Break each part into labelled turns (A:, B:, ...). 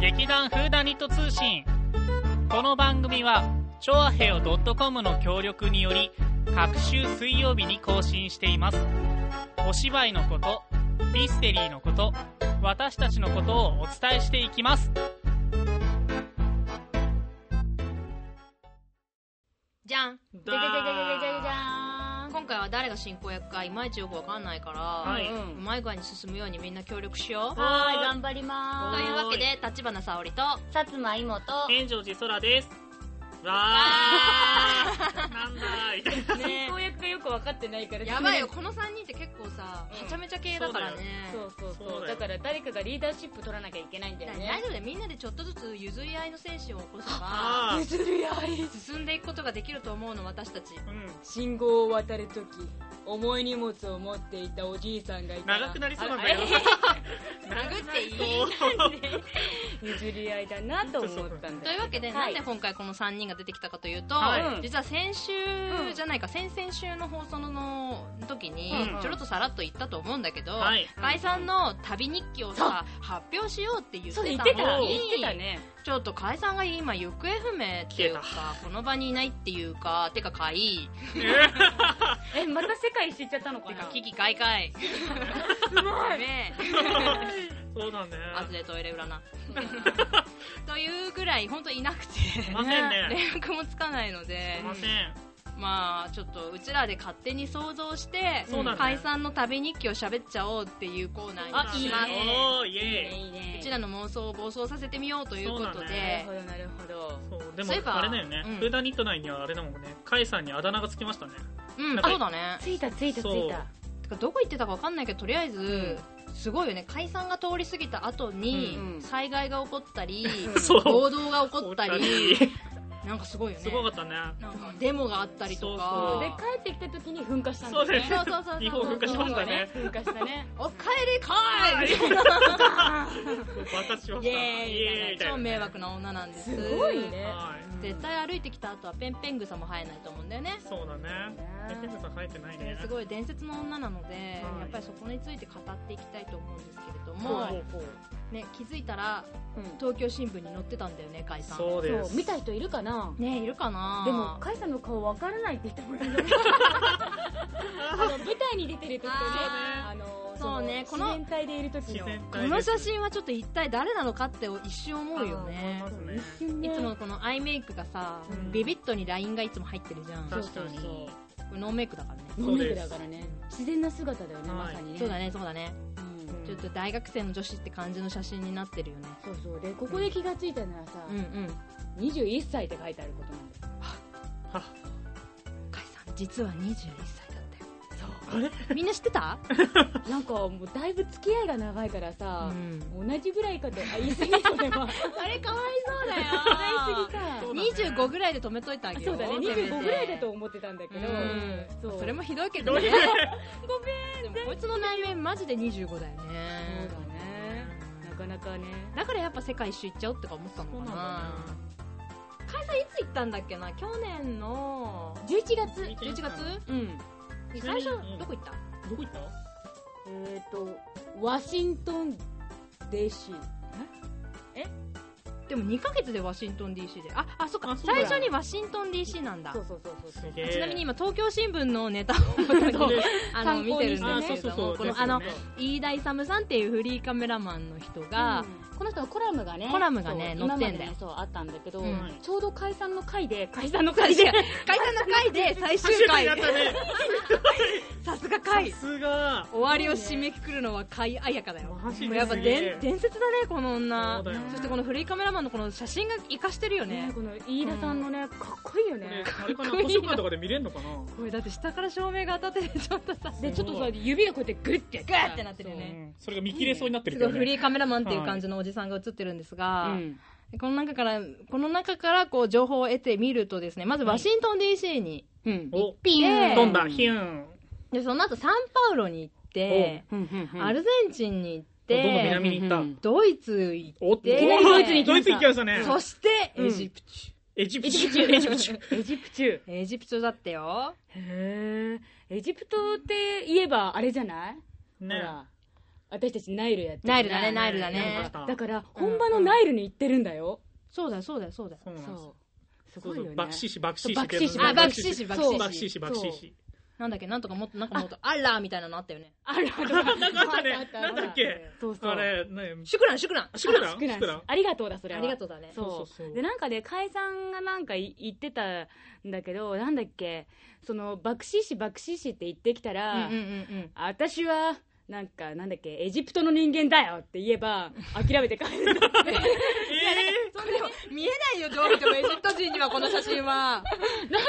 A: 劇団フーダニット通信この番組はチョアヘオ .com の協力により各週水曜日に更新していますお芝居のことミステリーのこと私たちのことをお伝えしていきます
B: じゃんじゃじ
A: だー
B: ゃじゃじゃじゃじゃじゃん今回は誰が進行役かいまいちよくわかんないから、
A: はい
B: うんうまい具合に進むようにみんな協力しよう
C: はーい、頑張りま
B: というわけで立花沙織と
C: す。さつまいもと、
A: 炎上寺空ですわーなんだい
C: 進行役がよく分かってないから、
B: やばいよこの3人って結構さめちゃめちゃ系だからね
C: そうそう
A: そうだ
C: そ
A: よ
C: う。だから誰かがリーダーシップ取らなきゃいけないんだよ
B: 大
C: ね
B: 丈。夫だよみんなでちょっとずつ譲り合いの精神を起こせば
A: あ
C: 譲り合い。
B: 進んでいくことができると思うの私たち
A: ーうん
C: 信号を渡るとき、重い荷物を持っていたおじいさんがいたら。
A: 長くなりそうなんだよ
C: あれ
B: 殴っていい
C: 譲り合いだなと思ったん
B: と
C: だ
B: いう
C: よ。
B: わけで、
C: はい
B: なんで今回この3人が出てきたかというと、
A: はい
B: 実は先週
C: うん
B: じゃないか、先々週の放送の時に
A: うん
B: ちょろっとさらっと言ったと思うんだけど、
A: はい
B: 解散の旅日記をさ発表しようって言って
C: そう
B: た
C: 言っ
B: の
C: てた、
B: に
C: 言ってたね。
B: ちょっと解散が今行方不明っていうかこの場にいないっていうかてか解
C: え、また世界知っちゃったのか
B: て
C: な
B: か危機開会
C: すごい
B: ね
A: そうだね
B: 後でトイレ裏なというぐらい本当いなくて
A: いませんね
B: 連絡もつかないので
A: いません
B: まあちょっとうちらで勝手に想像して、
A: そうだね
B: 解散の旅日記を喋っちゃおうっていうコーナーに
C: あいい
B: します
C: ね
A: おーイエ
C: い
A: ー
C: い
A: イ
C: ね、いいね。
B: うちらの妄想を暴走させてみようというこ
A: そう
B: と
A: だ
C: なる
B: で
C: ほど、なるほど。
A: そうでも
B: そういえば
A: あれだよね、
B: うん
A: フーダニット内にはあれだもんね甲斐さんにあだ名がつきましたね
B: うん
A: なんか
B: そうだね
C: ついた、ついた、つ
A: そう
C: いた。
B: てかどこ行ってたか分かんないけどとりあえず、すごいよね解散が通り過ぎた後に、
C: うんうん
B: 災害が起こったり
A: そう
B: 暴動が起こったり
A: お二人
B: なんかすごいよね
A: すごかったね
B: なんかデモがあったりと
A: そ
B: か
A: う
C: で、帰ってきた時に噴火したんだ
A: そう
C: よ
A: だよ
C: ね
A: ね。
B: そうそうそうそう
A: 日本噴火しましたね
C: 噴火したね。
B: おかえりかい
A: 爆発しま
B: イ
A: した
B: エーイ
A: みたいな
B: 超迷惑な女なんです
C: すごいね。
A: はい
B: 絶対歩いてきた後はペンペン草も生えないと思うんだよね
A: そうだねペペさん生えてないね
B: すごい伝説の女なので、
A: い
B: やっぱりそこについて語っていきたいと思うんですけれど
A: ほう
B: も、
A: ほう
B: ね、気づいたら
C: うん
B: 東京新聞に載ってたんだよね解散
A: そうで
C: そう
A: す
C: 見た人いるかな
B: ねいるかな
C: でも甲斐さんの顔わからないって言ってもらえるあの舞台に出てる時とね
B: あ
C: あの
B: そうね
C: そ
B: この
C: 自然体でいる時
A: 自
C: の
A: 然
B: こ
A: 体
B: の
A: です
B: 写真はちょっと一体誰なのかって一瞬思うよね
A: あー思いま
C: 一
A: すね
C: 瞬ね
B: いつもこのアイメイクがさ、
A: うん
B: ビビットにラインがいつも入ってるじゃんこ
C: そう
A: 確か
C: そう
A: に
C: そう
B: れノーメイクだからね
A: そう
C: 飲み
A: で
C: 具
A: す
C: だからね自然な姿だよね
A: はい
C: まさにね
B: そうだねそうだね、
C: うん
B: ちょっと大学生の女子って感じの写真になってるよね
C: そうそうでここで気がついたならさ
B: うんうん
C: 21歳って書いてあることなんだよ
A: は
B: 解散実は21歳だったよ
A: あれ
B: みんな知ってた、
C: なんかもうだいぶ付き合いが長いからさ
B: ん、
C: 同じぐらいかとあ言い過ぎそれは
B: あれかわいそうだよ
C: 大好ぎか
A: そうだね
B: 25ぐらいで止めといてあげよ
C: そううだね、
B: せめて
C: 25ぐらいだと思ってたんだけど、
B: うん
C: そう
B: それもひどいけ
A: ど
B: ど
A: う
B: ね
A: いう
B: でもこいつの内面マジで25だよ
C: そう
B: ね
C: だね、なかなかね、
B: だからやっぱ世界一周行っちゃおうってか思ってたの
A: そう
B: か
A: なん
B: な
A: だ
B: 解散いつ行ったんだっけな去年の
C: 11月、
A: ね
B: 11月
C: うん、
B: 最初
A: うん
B: どこ行った
A: どこ行った
C: えっ、と、ワシントン DC、
B: でも2ヶ月でワシントン DC でああそっか
A: あそうだ
B: 最初にワシントン DC なんだ
C: そうそうそうそう、
A: すげえ
B: ちなみに今東京新聞のネタを元
A: そう
B: にあの
C: 参
B: 見
C: 考
B: て
C: に
B: る
C: し
B: ん
C: て
B: で
C: ね
B: すけれどもこ
A: で
B: の
A: すよ
B: あの
A: ね
B: 飯田勇さんっていうフリーカメラマンの人が、
C: うんこの人のコラムがね、
B: コラムがね
C: そう
B: 載ってんだよ
C: 今までねそうあったんだけど、
B: うん
C: ちょうど解散の回で、解散の回で、
B: 解散の回で最終
A: 終回
B: 回
A: だったね
B: さすが回
A: さすが
B: 終わりを締めくくるのは海彩香だよ
A: マジ
B: もう
A: で
B: やっぱ
A: すげ
B: 伝
A: え
B: 伝説だねこの
A: そ
B: 女
A: うだよ
B: そしてこのフリーカメラマンのこの写真が活かしてるよ
C: ね
B: ね、
C: この飯田さんのね、かっこいいよ
A: これ
C: ね。
A: あれかな
B: かっこいいな
A: 図書館とかで見れんのかな
B: これだって下から照明が当たっててちょっとさ
C: で、ちょっとさ、指がこうやってグッてや
B: ガーってなってるよ
A: う
B: ね
A: んそれが見切れそうになってる
B: す
A: け
B: ご
A: ど
B: いフリ
A: ね
B: ーカメラマンっていう感じのおじさんが映ってるんですが、
C: うん
B: この中からこの中からこう情報を得てみるとですねまずワシントン DC に、
C: うん
A: お
C: ピ
B: で
A: 飛んだヒューン
B: でその後サンパウロに行って、アルゼンチンに行っ
A: どんどん
B: て、
A: 南に行った
B: ドイツ行
A: おっ
B: って
A: と
C: ドイツに行き
A: ドイツ行きました
B: っ
A: ね
B: て、そして
C: うん
B: エジプト。
A: エジプ
C: エ
A: ト
C: ジプトエジプト エジプト
B: エジプトだってよ。
C: へえエジプトって言えばあれじゃない、
A: ね
C: ほら私たちナイルやってる
B: ナイルだねナイルだ
A: ナイ
B: ね
A: ルだ
C: だから本場のナイルに行ってるんだよ、
D: そうだよそうだよそうだよ
A: そうなんです
B: そ
C: す
A: そう
C: ごい
A: そ
C: よ
A: う
C: ね
A: バクシーシバクシーシ
C: バクシーシ
B: うあバク
A: シ
B: シーシバク
C: そう
B: シ
A: バクシ
B: ー
A: ー
B: シ
A: シバクシーシ
B: なんだっけなんとかもっとなんかもっとアッラーみたいなのあったよね
C: あるあ る
A: なんかあったね
C: あったあ
A: な
C: った
A: んだっけ
C: そうそう
A: あれね
B: シュクランシュクラン
A: シクラン
C: 少な
A: シ
C: い
A: クラン
C: ありがとうだそれ
B: あ
C: は
B: りがとうだね
C: そう
A: そうそうそう
C: でなんかで解散がなんかい言ってたんだけどなんだっけそのバクシー氏バクシー氏って言ってきた
B: う
C: ら、
B: んうんうんうん
C: 私はなんかなんだっけエジプトの人間だよって言え ば諦めて帰 るんだって
A: え
B: そんでも見えないよどう見てもエジプト人にはこの写真は
C: なん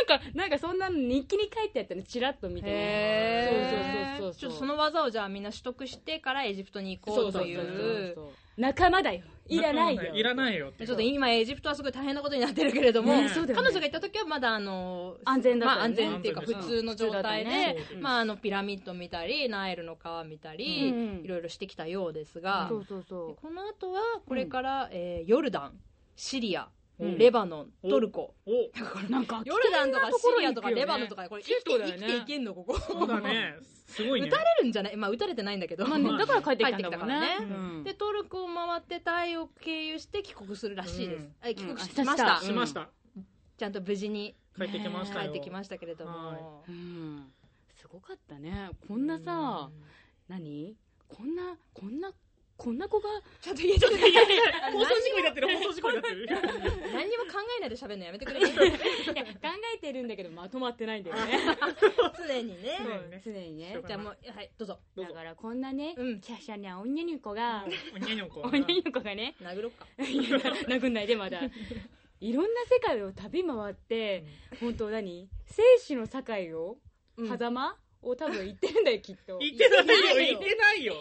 C: かなんかそんなの日記に書いてあったのチラッと見てね
B: へえ
C: そうそうそうそう
B: ちょっとその技をじゃあみんな取得してからエジプトに行こうという
C: そう仲間だよいらないよ
A: いらないよって
B: ちょっと今エジプトはすごい大変なことになってるけれども、
A: ねそう
C: だよね
B: 彼女が行った時はまだあの
C: 安全だったよね
B: まあ、安全っていうか
A: 安
B: 普
A: 全でした
B: 通の状態で、
C: うん
A: 普通だったね
B: まあ、あのピラミッド見たりナイルの川見たり、
C: うんうん
B: いろいろしてきたようですが、
C: そうそうそ
B: この後はこれから、えーヨルダンシリア、
C: うん
B: レバノン
A: お
B: トルコ
A: お
C: うなんか
B: ヨルダンとか
C: 危険
B: シリ
C: な
B: アと
C: とこ
B: か
C: ろ
B: レ
C: に行くよね
B: バノンとかこれ生
A: ヒ
B: き
A: ット
B: て
A: だよ
B: 生
A: ね
B: きていけんのここ
A: そうだねすごいね
B: 撃たれるんじゃないまあ撃たれてないんだけど、
C: まあねだから帰ってきたんだもんね
B: 帰ってきたからね
C: うん
B: でトルコを回ってタイを経由して帰国するらしいです、
A: うん
B: え帰国し
C: うん
B: ました、
C: うん
A: しました
B: ちゃんと無事に
A: 帰ってきまし
B: 帰
A: たよ
B: ってきましたけれども
A: は
C: うんすごかったねこんなさ
B: うん
C: 何こんなこんなこんな子が
B: ちょっと言えちゃった
A: 放送事故になってる放送事故になってる
B: 何にも考えないで喋るのやめてくれ
C: いや考えてるんだけどまとまってないんだよね
B: 常にね
A: そうね
C: 常にね
A: そう
B: じゃあもうはいどうぞ
A: どう
C: だ
A: ぞ
C: からこんなね
B: うん
C: キャシャニャおにゃにこが
A: おにゃにょこ
C: おにゃにこがね
B: 殴ろっか
C: いや殴んないでまだいろんな世界を旅回って本当何生死の境を
B: そ
C: 狭間を多分行ってるんだよきっ と
A: 言ってないよ
B: 言
A: 言っ
B: って
A: ないよ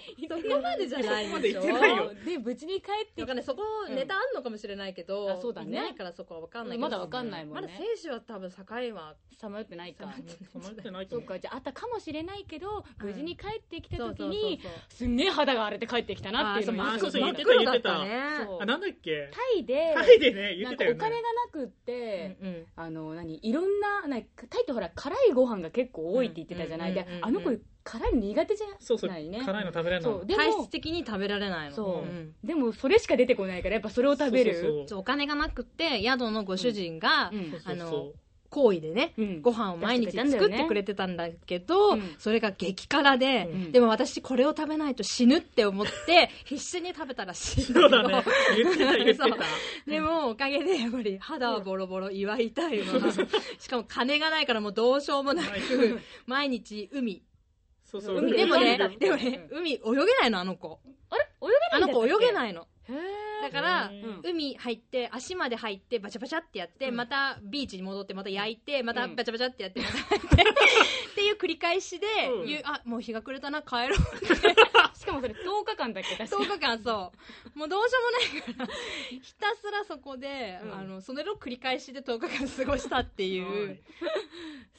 B: こまでじゃないでしょ
A: そこまで言ってないよ
C: で無事に帰っ
B: だか
C: てきて
B: らねそこネタあんのかもしれないけど、
C: うんあそうだね
B: いないからそこは分かんないけど
C: まだ分かんないもんね
B: まだ選手は多分境は
C: さまよってないか
A: 止まってないと
C: そう
A: 思う
C: かじゃああったかもしれないけど
B: うん
C: 無事に帰ってきた
B: そう
C: 時
B: そうそう
C: に
B: そう
C: すんげえ肌が荒れて帰ってきたなっていうの
A: あ
C: が
A: ー
C: す
A: そ
C: ご
A: う
C: く
A: そう
C: 見
A: 言
C: え
A: っててた言っ
B: 真っ黒だってた
A: た
B: ね
C: そう
A: あなんだっけ
C: タイで
A: タイでね言
C: な
A: っ
C: ん
A: てた
C: かお
A: よ
C: 金が
A: ね
C: なくって
B: うんうん
C: あの何いろんななんかタイってほら辛いご飯が結構多いって言ってたじゃないで
B: うんうんうんうん
C: あの子辛いの苦手じ
A: そうそ
C: ゃ
A: う
C: ないね
A: 辛いの食べれるの
C: そうでも
B: 体質的に食べられないの
C: そう
B: うん
C: でもそれしか出てこないからやっぱそれを食べる
B: そうお金がなくて宿のご主人が
C: うん
A: そうそうそう
B: あの好意でね
C: うん
B: ご飯を毎日作ってくれてたんだけど、
C: うん
B: それが激辛で、
C: うん
B: でも私これを食べないと死ぬって思って、必死に食べたらしいんだ
A: そ
B: け
A: うだ
B: ど、
A: ね言ってた言ってた
B: そうでもおかげでやっぱり肌はボロボロ、胃は痛いわ、しかも金がないからもうどうしようもなく、毎日海。
A: そうそう
C: 海
B: でもね
C: 海だっ、た
B: でもね、海泳げないの、あの子。
C: あれ泳
B: あ
C: げ
B: の
C: ないんだ
B: 子泳げ
C: い
B: ないの。
C: へえ
B: だか
A: う、
B: ら
C: ん
B: 海入って足まで入ってバチャバチャってやって、
C: うん
B: またビーチに戻ってまた焼いてまた
C: うん
B: バチャバチャってやってまた焼いて っていう繰り返しで、
A: うん
B: ゆあもう日が暮れたな帰ろう
C: しかもそれ10日間だっけ確か
B: 10日間そうもうどうしようも ないからひたすらそこで、
A: うん
B: あのそれを繰り返しで10日間過ごしたっていう、
A: はい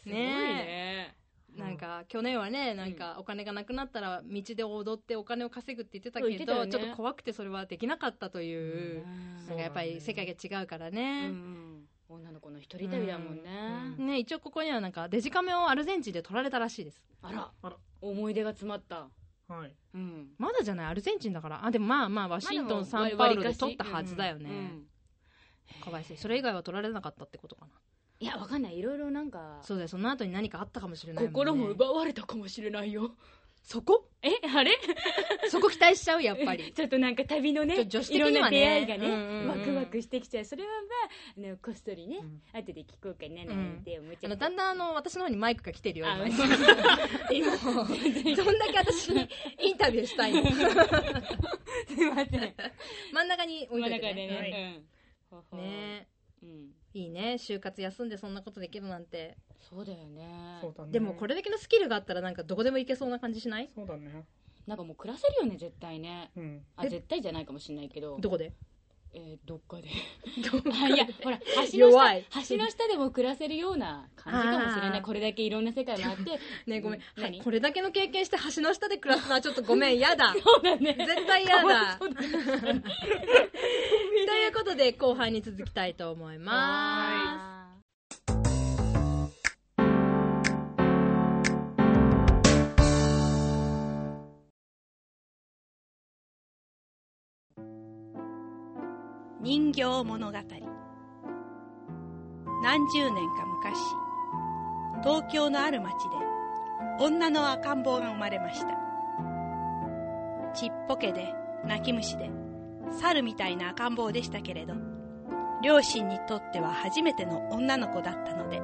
C: すごいね
B: なんか去年はねなんかお金がなくなったら道で踊ってお金を稼ぐって言ってたけ
C: うん言ってた
B: ど
C: よね
B: ちょっと怖くてそれはできなかったという、
A: そう
B: な
A: ん
B: かやっぱ
A: そうだね
B: り世界が違うから
C: う
B: ね、
C: ん女の子の一人旅だもんね
A: うん
B: ね、一応ここにはなんかデジカメをアルゼンチンで撮られたらしいです
C: あら
A: あら
C: 思い出が詰まった
A: はい
C: うん
B: まだじゃないアルゼンチンだからあでもまあまあワシントン、サンパウロで撮ったはずだよね、
C: うん
B: かわいそうそれ以外は撮られなかったってことか
C: いやわかんないいろいろなんか
B: なそうだよその後に何かあったかもしれないもん、ね、
C: 心も奪われたかもしれないよ
B: そこ
C: えあれ
B: そこ期待しちゃうやっぱり
C: ちょっとなんか旅のね
B: ちょ女子
C: い
B: 的
C: ろん
B: に
C: な
B: はね
C: 出会いが
B: うん
C: ね
B: うん
C: ワ
B: うん
C: クワクしてきちゃうそれはまああのこっそりね
A: うん
C: 後で聞こうかななんて思っち
B: あ
C: ゃ
B: の
C: う
B: だんだんあの私の方にマイクが来てるよ
C: あ
B: 今
C: そう
B: 今ど んだけ私にインタビューしたいの
C: すいません
B: 真ん中に置い
C: 真
B: て
C: ん
B: て
C: 中
B: ね
C: でねうんほほ
B: ね
C: うん
B: いいね就活休んでそんなことできるなんて
C: そうだよね
A: そうだね
B: でもこれだけのスキルがあったらなんかどこでもいけそうな感じしない
A: そうだね
C: なんかもう暮らせるよね絶対ね
A: うん
C: あ
B: え
C: 絶対じゃないかもしれないけど
B: どこで
C: えーどっかで
B: どこ
C: あいやほら橋の
B: 弱
C: 下
B: い
C: 橋の下でも暮らせるような感じかもしれな
B: あ
C: い
B: ー
C: これだけいろんな世界もあって
B: ねごめん、
C: うん
B: はい
C: 何
B: これだけの経験して橋の下で暮らすのはちょっとごめん、や だ。
C: そうだね
B: 絶対やだ。
C: そうだね
B: ということで、後半に続きたいと思いま
D: 人形物語何十年か昔東京のある町で女の赤ん坊が生まれましたちっぽけで泣き虫で猿みたいな赤ん坊でしたけれど両親にとっては初めての女の子だったので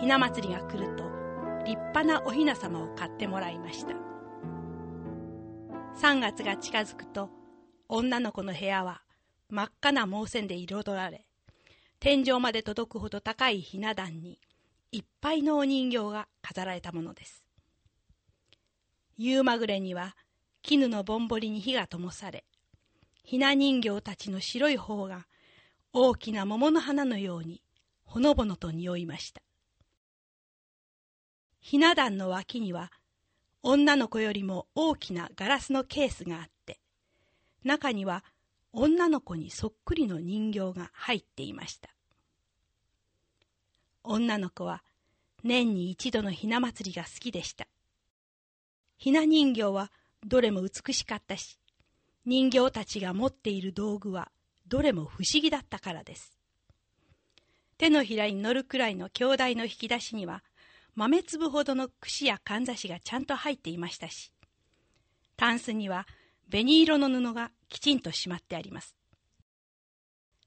D: ひな祭りが来ると立派なおひな様を買ってもらいました3月が近づくと女の子の部屋は真っ赤な毛線で彩られ天井まで届くほど高いひな壇にいっぱいのお人形が飾られたものです夕まぐれには絹のぼんぼりに火が灯されひな人形たちの白い方が大きな桃の花のようにほのぼのと匂いましたひな壇の脇には女の子よりも大きなガラスのケースがあって中には女の子にそっくりの人形が入っていました女の子は年に一度のひな祭りが好きでしたひな人形はどれも美しかったし人形たちが持っている道具はどれも不思議だったからです手のひらに乗るくらいの兄弟の引き出しには豆粒ほどの櫛やかんざしがちゃんと入っていましたしタンスには紅色の布がきちんとしまってあります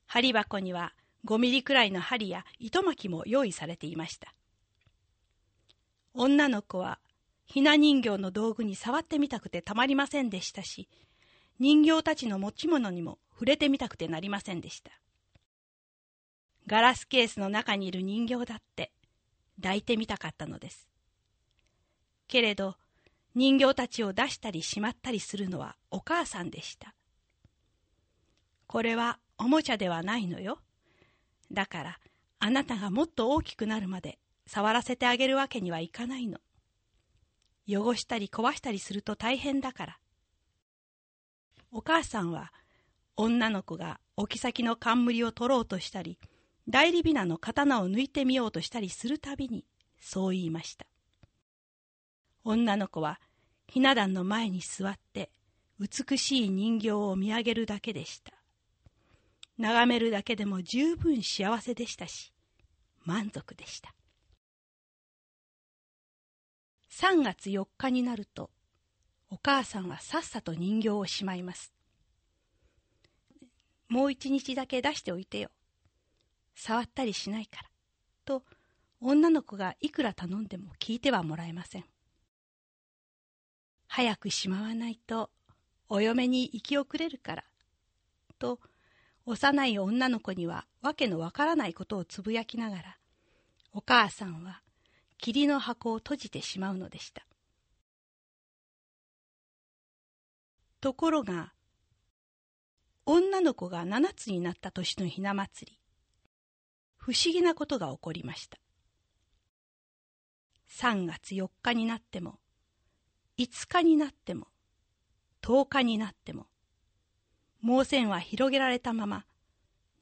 D: 針箱には5ミリくらいの針や糸巻きも用意されていました女の子はひな人形の道具に触ってみたくてたまりませんでしたし人形たちの持ち物にも触れてみたくてなりませんでしたガラスケースの中にいる人形だって抱いてみたかったのですけれど人形たちを出したりしまったりするのはお母さんでしたこれはおもちゃではないのよだからあなたがもっと大きくなるまで触らせてあげるわけにはいかないの汚したり壊したりすると大変だからお母さんは女の子が置き先の冠を取ろうとしたり代理ビナの刀を抜いてみようとしたりするたびにそう言いました女の子はひな壇の前に座って美しい人形を見上げるだけでした眺めるだけでも十分幸せでしたし満足でした3月4日になるとお母さんはさっさと人形をしまいますもう一日だけ出しておいてよ触ったりしないからと女の子がいくら頼んでも聞いてはもらえません早くしまわないとお嫁に行き遅れるからと幼い女の子にはわけのわからないことをつぶやきながらお母さんは霧の箱を閉じてしまうのでしたところが女の子が7つになった年のひな祭り不思議なことが起こりました3月4日になっても5日になっても10日になっても毛線は広げられたまま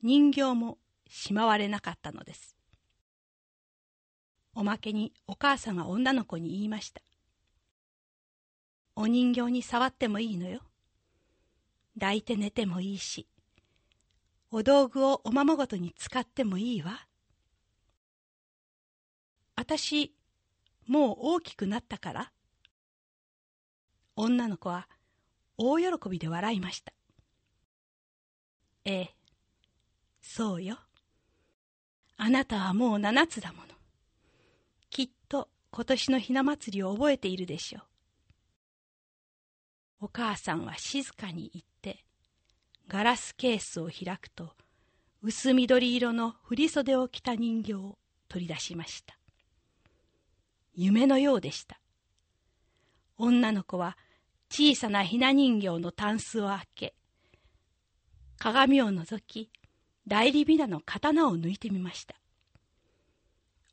D: 人形もしまわれなかったのですおまけにお母さんは女の子に言いました「お人形に触ってもいいのよ抱いて寝てもいいしお道具をおままごとに使ってもいいわあたしもう大きくなったから女の子は大喜びで笑いましたええそうよあなたはもう七つだものきっと今年のひな祭りを覚えているでしょうお母さんは静かに言ってガラスケースを開くと薄緑色の振袖を着た人形を取り出しました夢のようでした女の子は小さなひな人形のタンスを開け鏡を覗き代理ビナの刀を抜いてみました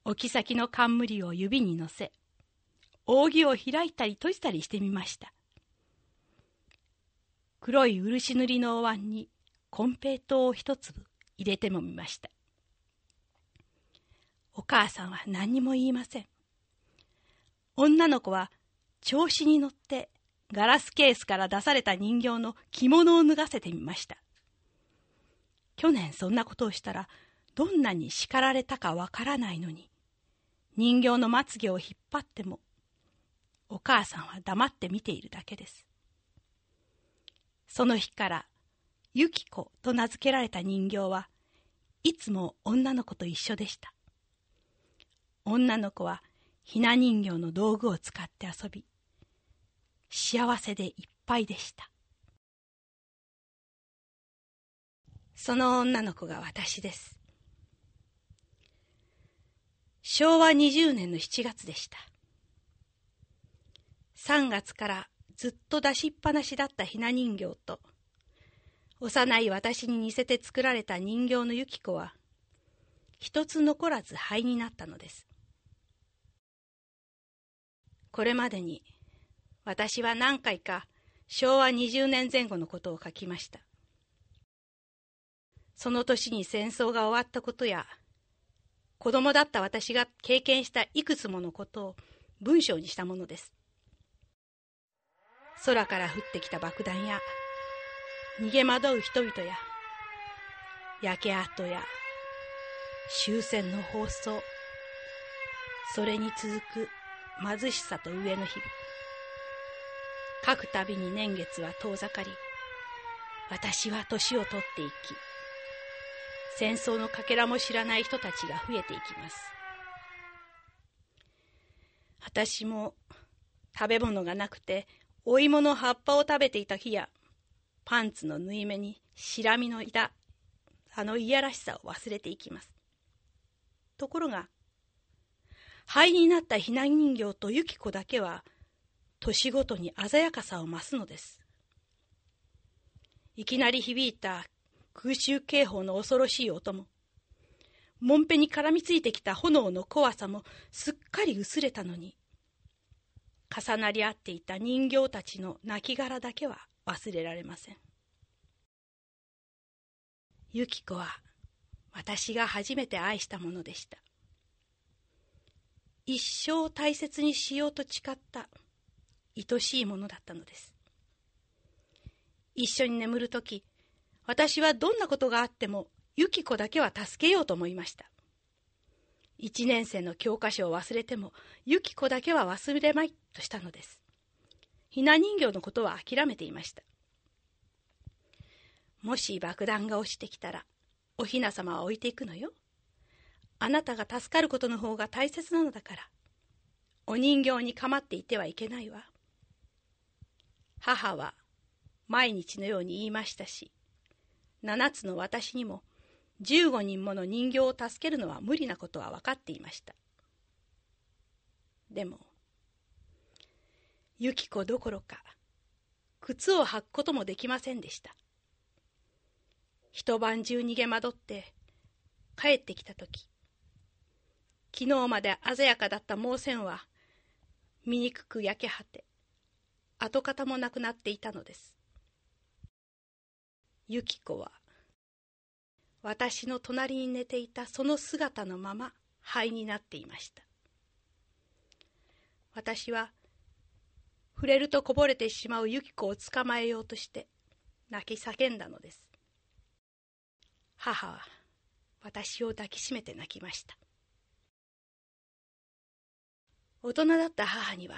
D: 置き先の冠を指に乗せ扇を開いたり閉じたりしてみました黒い漆塗りのお椀に金平糖を一粒入れてもみましたお母さんは何にも言いません女の子は調子に乗ってガラスケースから出された人形の着物を脱がせてみました去年そんなことをしたらどんなに叱られたかわからないのに人形のまつげを引っ張ってもお母さんは黙って見ているだけですその日からユキコと名付けられた人形はいつも女の子と一緒でした女の子はひな人形の道具を使って遊び幸せでいっぱいでしたその女の子が私です昭和20年の7月でした3月からずっと出しっぱなしだったひな人形と幼い私に似せて作られた人形のゆき子は一つ残らず灰になったのですこれまでに私は何回か昭和20年前後のことを書きましたその年に戦争が終わったことや子供だった私が経験したいくつものことを文章にしたものです空から降ってきた爆弾や逃げ惑う人々や焼け跡や終戦の放送それに続く貧しさと飢えの日々書くたびに年月は遠ざかり私は年を取っていき戦争のかけらも知らない人たちが増えていきます私も食べ物がなくてお芋の葉っぱを食べていた日やパンツの縫い目にシラミのいたあのいやらしさを忘れていきますところが灰になったひな人形とユキコだけは年ごとに鮮やかさを増すのですいきなり響いた空襲警報の恐ろしい音ももんぺに絡みついてきた炎の怖さもすっかり薄れたのに重なり合っていた人形たちの亡骸だけは忘れられませんユキコは私が初めて愛したものでした一生大切にしようと誓った愛しいものだったのです一緒に眠る時私はどんなことがあってもユキコだけは助けようと思いました一年生の教科書を忘れてもユキコだけは忘れまいとしたのですひな人形のことは諦めていましたもし爆弾が落ちてきたらおひな様は置いていくのよあなたが助かることの方が大切なのだからお人形に構っていてはいけないわ母は毎日のように言いましたし7つの私にも15人もの人形を助けるのは無理なことは分かっていましたでもユキコどころか靴を履くこともできませんでした一晩中逃げ惑って帰ってきた時昨日まで鮮やかだった毛線は醜く焼け果て跡形もなくなっていたのですユキコは私の隣に寝ていたその姿のまま灰になっていました私は触れるとこぼれてしまうユキコを捕まえようとして泣き叫んだのです母は私を抱きしめて泣きました大人だった母には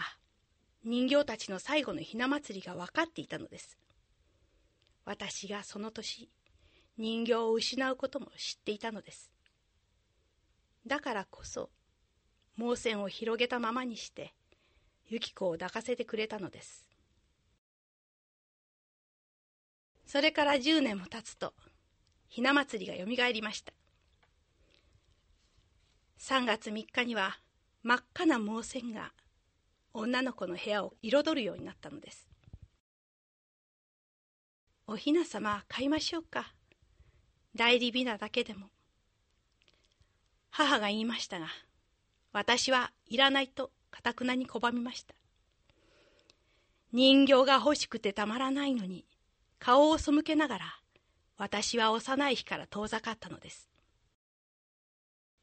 D: 人形たちの最後のひな祭りが分かっていたのです私がその年人形を失うことも知っていたのですだからこそ毛線を広げたままにしてユキコを抱かせてくれたのですそれから10年も経つとひな祭りがよみがえりました3月3日には真っ赤な毛線が女の子の部屋を彩るようになったのですおひな様買いましょうか代理ビナだけでも母が言いましたが私はいらないとかたくなに拒みました人形が欲しくてたまらないのに顔を背けながら私は幼い日から遠ざかったのです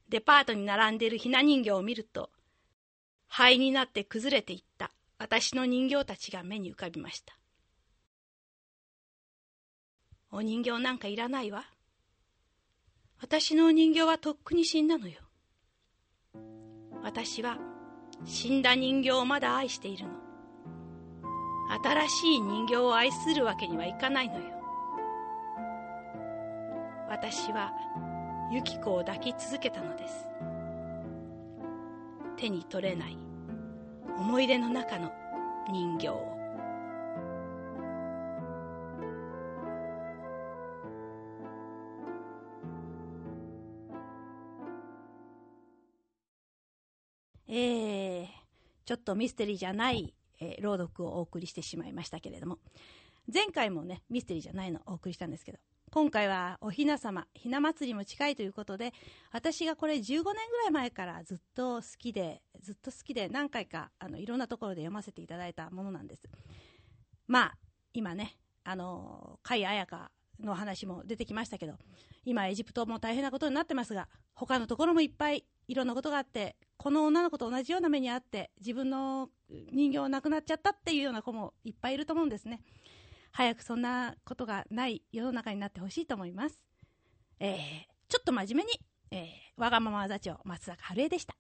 D: デパートに並んでいるひな人形を見ると灰になって崩れていった私の人形たちが目に浮かびましたお人形なんかいらないわ私のお人形はとっくに死んだのよ私は死んだ人形をまだ愛しているの新しい人形を愛するわけにはいかないのよ私はユキコを抱き続けたのです手に取れない思い出の中の人形をえーちょっとミステリーじゃない、えー朗読をお送りしてしまいましたけれども、前回もね、ミステリーじゃないのをお送りしたんですけど、今回はおひな様、ひな祭りも近いということで、私がこれ15年ぐらい前からずっと好きで、ずっと好きで何回か、あの、いろんなところで読ませていただいたものなんです。まあ、今ね、あの、甲斐彩香の話も出てきましたけど、今エジプトも大変なことになってますが、他のところもいっぱいいろんなことがあって、この女の子と同じような目にあって、自分の人形なくなっちゃったっていうような子もいっぱいいると思うんですね。早くそんなことがない世の中になってほしいと思います。えー、ちょっと真面目に、えー、わがまま座長、松坂春江でした。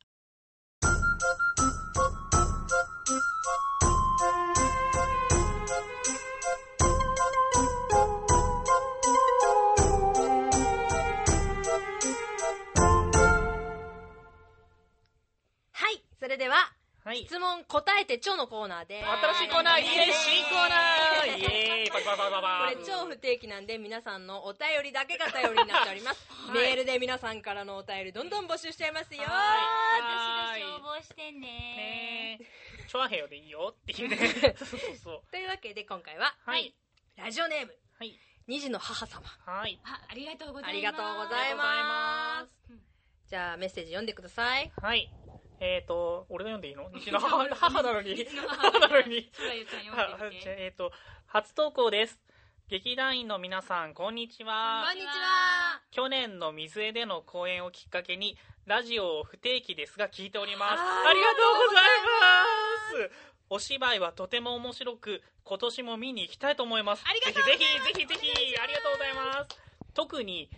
B: はい、それでは、
A: はい。
B: 質問答えてちょのコーナーです。
A: 新しいコーナー、イエーイ新コーナーイエーイパパパパ
B: こ
A: パ
B: れ超不定期なんで皆さんのお便りだけが頼りになっており ます、メールで皆さんからのお便りどんどん募集しちゃいますよ
A: は
E: 私
A: い
E: が消防してね
A: ねえ、チョアヘヨでいいよっていうね。そうそうそう。
B: というわけで今回は、
A: はい。
B: ラジオネーム
A: はい。
B: 2児の母様
A: はい。
E: あありがとうござ
B: あ
E: い
B: り
E: ま
B: が
E: す
B: とうございますじゃあメッセージ読んでください
A: はい。えっ、ー、と、俺が読んでいいの西の母母なのに。母なのに。
E: そらゆちゃん
A: あ
E: 読んでみ
A: じゃあ
E: て
A: えっ、と、初投稿です。劇団員の皆さん、こんにちは
B: こん。にちは
A: 去年の水江での公演をきっかけに、ラジオを不定期ですが聞いております。
B: あー
A: ありがとうございます。お芝居はとても面白く、今年も見に行きたいと思います。
B: ありがとうござ
A: ぜ
B: います
A: ひぜひぜひぜひ、ありがとうございます。特に、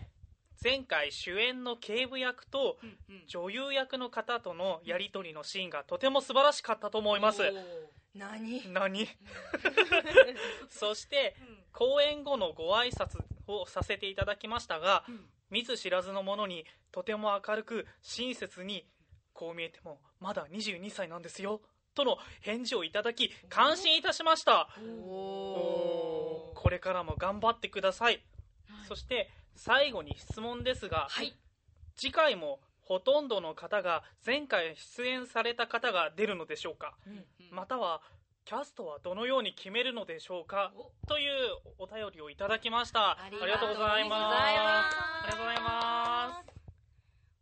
A: 前回主演の警部役と
E: うんうん
A: 女優役の方とのやりとりのシーンがとても素晴らしかったと思います。
B: 何
A: 何そして公演後のご挨拶をさせていただきましたが、
E: うん
A: 見ず知らずの者にとても明るく親切にこう見えてもまだ22歳なんですよとの返事をいただき感心いたしました
B: おー
A: これからも頑張ってください、
E: はい
A: そして最後に質問ですが、
B: はい
A: 次回もほとんどの方が前回出演された方が出るのでしょうかまたはキャストはどのように決めるのでしょうか
E: お
A: というお便りをいただきましたありがとうございますありがとうございます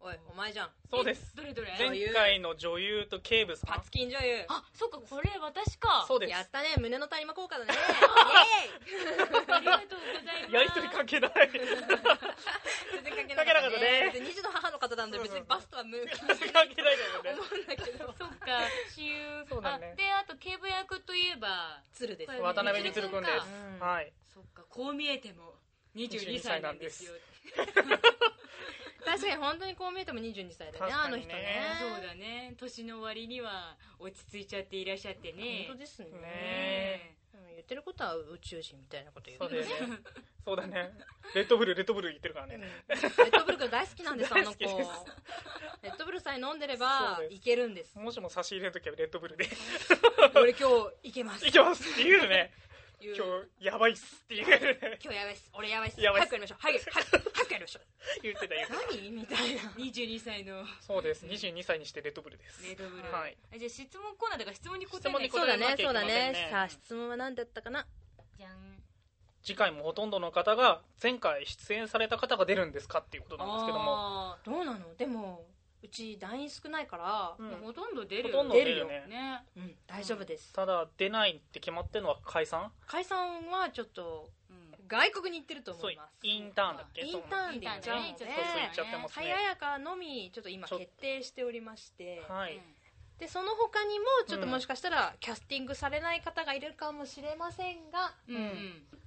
B: おいお前じゃん
A: そうです
E: どれどれ
A: 前回の女優と警部さん
B: パツキン女優
E: あそっかこれ私か
A: そうです
B: やったね胸の谷間効 果だねイエーイ
E: ありがとうございます
A: やりとり関係ない
B: 全然関係
A: 関係なかったね
B: 別に2児の母の方なんで別にバスとは無関
A: 関係
B: 係
A: な
B: ないい
A: だよ
B: と
A: ね
B: 思うんだけど
E: そっか私有
A: そうだね
E: あであと警部役といえば
B: 鶴です
E: これ
A: 渡辺充君で
E: う
A: すはい
E: そっかこう見えても22
A: 22
E: 歳
A: 歳
E: な
A: なんん
E: で
A: ですす
E: よ
A: よ
B: 確かに本当にこう見えても22歳だ
A: 確
B: ね
A: か
B: あの
A: にね
B: 人ね
E: そうだね年の割には落ち着いちゃっていらっしゃってね
B: 本当ですね
E: ね
B: うん言ってることは宇宙人みたいなこと言
A: そう
B: う
A: だよねそうだねレッドブルレッドブル言ってるから
B: うん
A: ね
B: レッドブル君大好きなんですあ
A: 大
B: の
A: 好
B: 子
A: きです
B: レッドブルさえ飲んでれば
A: そうです
B: いけるんです
A: もしも差し入れの時はレッドブルで
B: 俺今日いけます
A: いきますって言うね
B: 言う
A: 今日やばいっすって言うね
B: 今日やばいっす俺やばいっす
A: やばいっ
B: 早
A: す
B: くやりましょう早く早く早くやりましょう
A: 言ってた言ってた
B: 何みたいな
E: 22歳の
A: そうです22歳にしてレッドブルです
E: レッドブル、
A: はい
E: あじゃあ質問コーナーだから質問に答え
A: 質問
E: ない
A: に
E: と
A: 答
B: そう
A: え
B: だ
A: な
B: ね
A: きゃ
B: そ
A: いけ
B: う
A: ま
B: だ
A: せんね
B: ねさあ質問は何だったかな
E: じゃん
A: 次回もほとんどの方が前回出演された方が出るんですかっていうことなんですけども
E: あ
B: どうなのでもうち団員少ないから
A: う
E: ー
A: ん
E: ほとんど出る
A: ほ
E: よ
A: とんど出るよ
B: 出
A: ね
E: ね
B: うん大丈夫です
A: ただ出ないって決まってるのは解散
B: 解散はちょっと
E: うん
B: 外国に行ってると
A: そ
B: 思
A: う
B: います
A: インターンだっけ
B: イ
A: そう
B: ンターンで行っちゃうの
E: インタ
B: で
E: ーンでね
A: そうそう行っちゃってます
B: 早
A: ね
B: やかのみちょっと今
A: ちょ
B: 決定しておりまして
A: は
E: はい
B: でその他にもちょっともしかしたらキャスティングされない方がいるかもしれませんが、
C: うんうん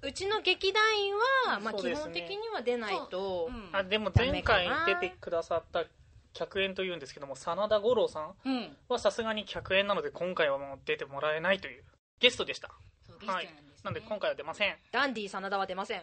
B: うちの劇団員は、まあ、
A: そう
B: 基
A: です
B: 本
A: ね
B: 的には出ないと、
C: うん
A: あでも
B: ダ
A: 前
B: メか
A: 回
B: な
A: 出てくださった客演というんですけども真田五郎さん
C: うん
A: はさすがに客演なので今回はもう出てもらえないというゲストでした
C: そうゲストなんですね
A: なので今回は出ません
B: ダンディ真田は出ません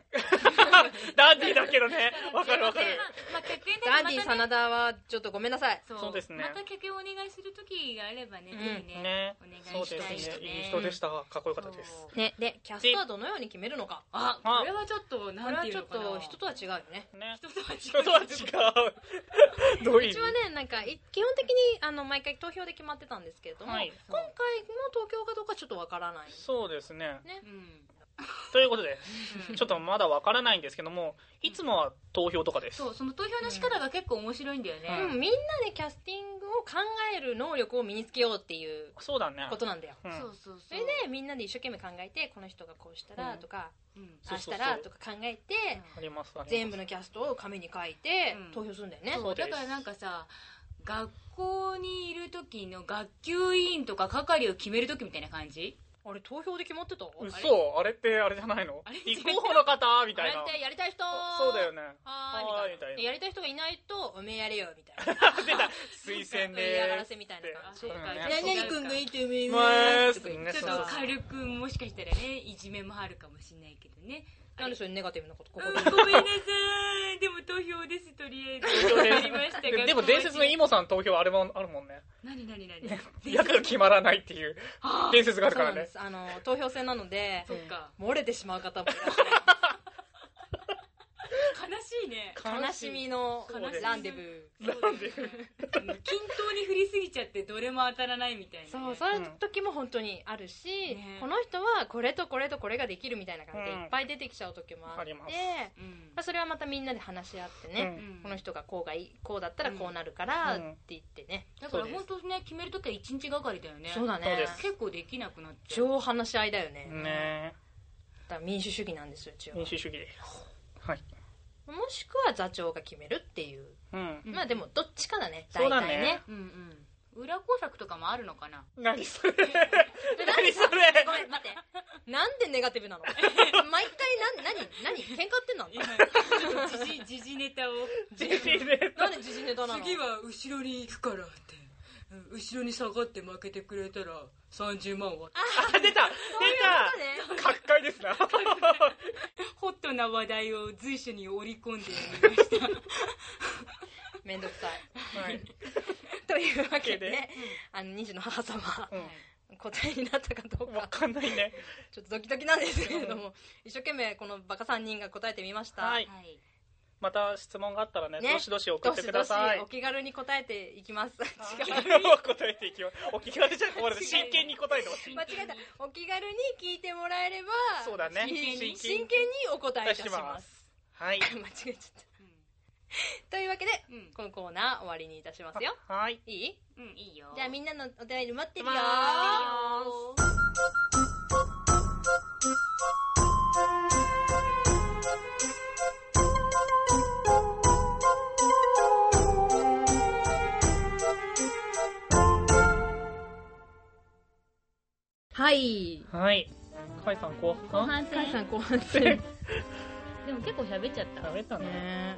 A: ダンディーだけどねわかるわかる
C: まあ客演で
B: ダンディ
C: またね
B: 真田はちょっとごめんなさい
A: そうですね
C: また客演お願いする時があればね、
B: うん
C: ぜひね
A: ねそ
C: お願いうし
A: で
C: たい
A: す
C: し
A: ね
C: ね
A: いい人でしたかっこよかったです
C: そう
B: ねでキャストはどのように決めるのか
C: あ
A: あ
C: これはちょっと
B: これ
C: な
B: は
C: んてい
B: ち
C: う
B: ょ
C: の
B: っ
C: かな
B: と人とは違うよね
A: ね
C: 人とは違う
A: 人とは違うどういう意
B: うち
A: 味
B: はねなんかい基本的にあの毎回投票で決まってたんですけれども、
A: はい
B: 今回も東京かどうかちょっとわからない
A: そうですね
C: うん
A: ということで
C: うん
A: ちょっとまだわからないんですけどもいつもは投票とかです
C: そうその投票の仕方が結構面白いんだよね、
A: うん
B: うん、みんなでキャスティングを考える能力を身につけようっていう
A: そうだね
B: ことなんだよ
A: うん
C: そうそうそう
B: それでみんなで一生懸命考えてこの人がこうしたらとか、
C: うん
A: そう
B: ああ
A: そ
B: し
A: うそう
B: たらとか考えて
A: ありますあります
B: 全部のキャストを紙に書いて
C: うん
B: 投票するんだよね、
C: そう
A: です
C: だからなんかさ学校にいる時の学級委員とか係を決める時みたいな感じ
B: あれ投票で決まってた
A: 嘘あれってあれじゃないの
C: あれ
A: 立候補の方み
B: あ
A: た
B: れ
A: いな
B: ってやりたい人
A: そうだよね
B: はーいみた
A: はーいみたい
B: い
A: な
B: なやりたい人がいないとおめえやれよみ たいな
A: 推薦
B: やら
A: で
B: せみたいな感じ
C: そう
A: ね
C: かね
B: 何々君がいいっておめえ
A: まあ
B: とか言っ
A: ね
B: て
C: ちょ
A: そ
C: っ
A: うそう
C: と軽くもしかしたらねいじめもあるかもしれないけどね
B: なんでそういうネガティブなことこ
C: う
B: こ
C: ん
B: で
C: ごめんなさいでも投票ですとりあえず
A: 投票です
C: わかりました
A: ででも伝説のイ
C: 今
A: モさん投票あれもあるもんね
C: 何何何
A: 役が決まらないっていう伝説がある
B: そう
A: から
B: なんで
A: ね
B: すあの投票制なので
C: そっか
B: 漏れてしまう方もいらっしゃる
C: 悲しいね
B: 悲しみの
C: 悲しみの
B: ランデブー
A: なんで
C: うん均等に振りすぎちゃってどれも当たらないみたいなね
B: そうそういう時も本当にあるし、
C: ね
B: この人はこれとこれとこれができるみたいな感じで
A: うん
B: いっぱい出てきちゃう時もあって、
A: あります
C: うん
B: まあそれはまたみんなで話し合ってね、
C: うん
B: この人がこうがいいこうだったらこうなるから
A: う
B: っ
A: ん
B: て言ってね、
C: だから本当ね決めるときは一日がかりだよね
B: そうだ
A: そう
B: ね
A: です
C: 結構できなくなっちゃう
B: 超話し合いだよね、だ
A: ね
B: から民主主義なんですようち
A: え
B: は
A: 民主主義ですはい
B: もしくは座長が決めるっていう、
A: うん
B: まあでもどっちかだね
A: そ
B: 大
A: うだ
B: 体
A: ね
B: ね
C: うんうん裏工作とかもあるのかな
A: 何それ
B: でなん
A: 何
B: で
A: それ
B: ごめん待ってなんでネガティブなの 毎回な何何喧嘩ってんの
C: 時事時事ネタを
A: ジジイで
B: なんで時事ネタなの
C: は後ろに行くからって後ろに下がって負けてくれたら30万は
A: あ出た
B: そういうこ
A: 出た各界ですな
C: ホットな話題を随所に織り込んでみました
B: めんどくさい
A: はい
B: というわけ
A: う
B: で、
A: ん
B: あの2児の母様、
A: う
B: 答えになったかどうん
A: わ
B: か
A: かんないね
B: ちょっとドキドキなんですけれども、一生懸命このバカ3人が答えてみました、
A: はい
C: い
A: また質問があったらね
B: ね
A: どしどし送
B: ど
A: って
B: し
A: く
B: ど
A: だ
B: し
A: さい
B: お気軽に答えていきます違う
A: 答えていきますお気軽じゃなくてこれ真剣に答えてほしい
B: 間違えたお気軽に聞いてもらえれば
A: そうだね真
B: 真剣
A: 剣に
B: に真剣にお答えいたします
A: はい
B: 間違えちゃったというわけで
C: うんうん
B: このコーナー終わりにいたしますよ
A: はい
B: いい
C: うんいいよ
B: じゃあみんなのお便り待ってるよ
A: 待って
F: はい
A: はい甲斐さん後
G: 後
A: 半
G: 半
F: カイさ
G: 戦
F: ん後半戦
G: でも結構喋っちゃった
A: 食べたね
F: ね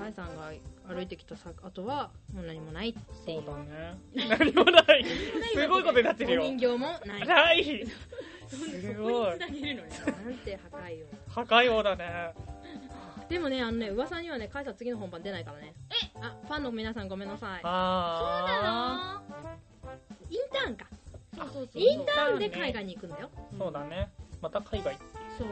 F: カイさんが歩いてきた先あとはもう何もないってい
A: そううだね何もないすごいことになってる
F: お
A: よ
F: 人形もないな
A: ないすごい
G: つなげるのね
F: んて破壊よ
A: 破壊王だね
F: でもねあのね噂にはねカイさん次の本番出ないからねえあファンの皆さんごめんなさい
A: あ
F: インターンかそうそうそう
A: あ
F: インターン
A: イ
F: で
A: ンターンね
F: 海外に行くんだよ
A: ーそうだねまた海外
F: そう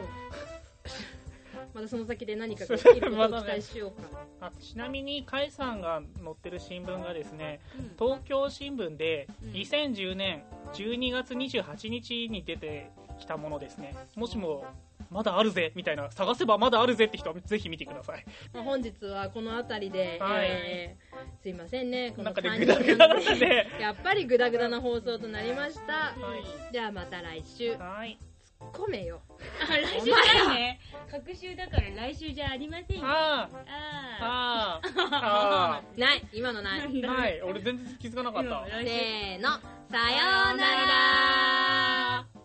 F: またその先で何かが起きることを期待しようか、
A: あちなみに甲斐さんが載ってる新聞がですね東京新聞で
C: うん
A: 2010年12月28日に出てきたものですねもしもまだあるぜみたいな探せばまだあるぜって人はぜひ見てください
F: まあ、本日はこの辺りで、
A: はい
F: えーすいませんねこの
A: なんかね
F: 3
A: グ
F: 人
A: ダグダ
F: な
A: だ
F: ので
A: ね
F: やっぱりグダグダな放送となりました
A: はい
F: ではまた来週
A: はい
F: つ
H: 込めよ
C: 来週じゃないね。隔週だから来週じゃありませんよ。
A: あ
C: あ
A: あ、ああ、あ
B: ない今のない
A: あ、ない。俺全然気づかなかった。
B: せーのさようなら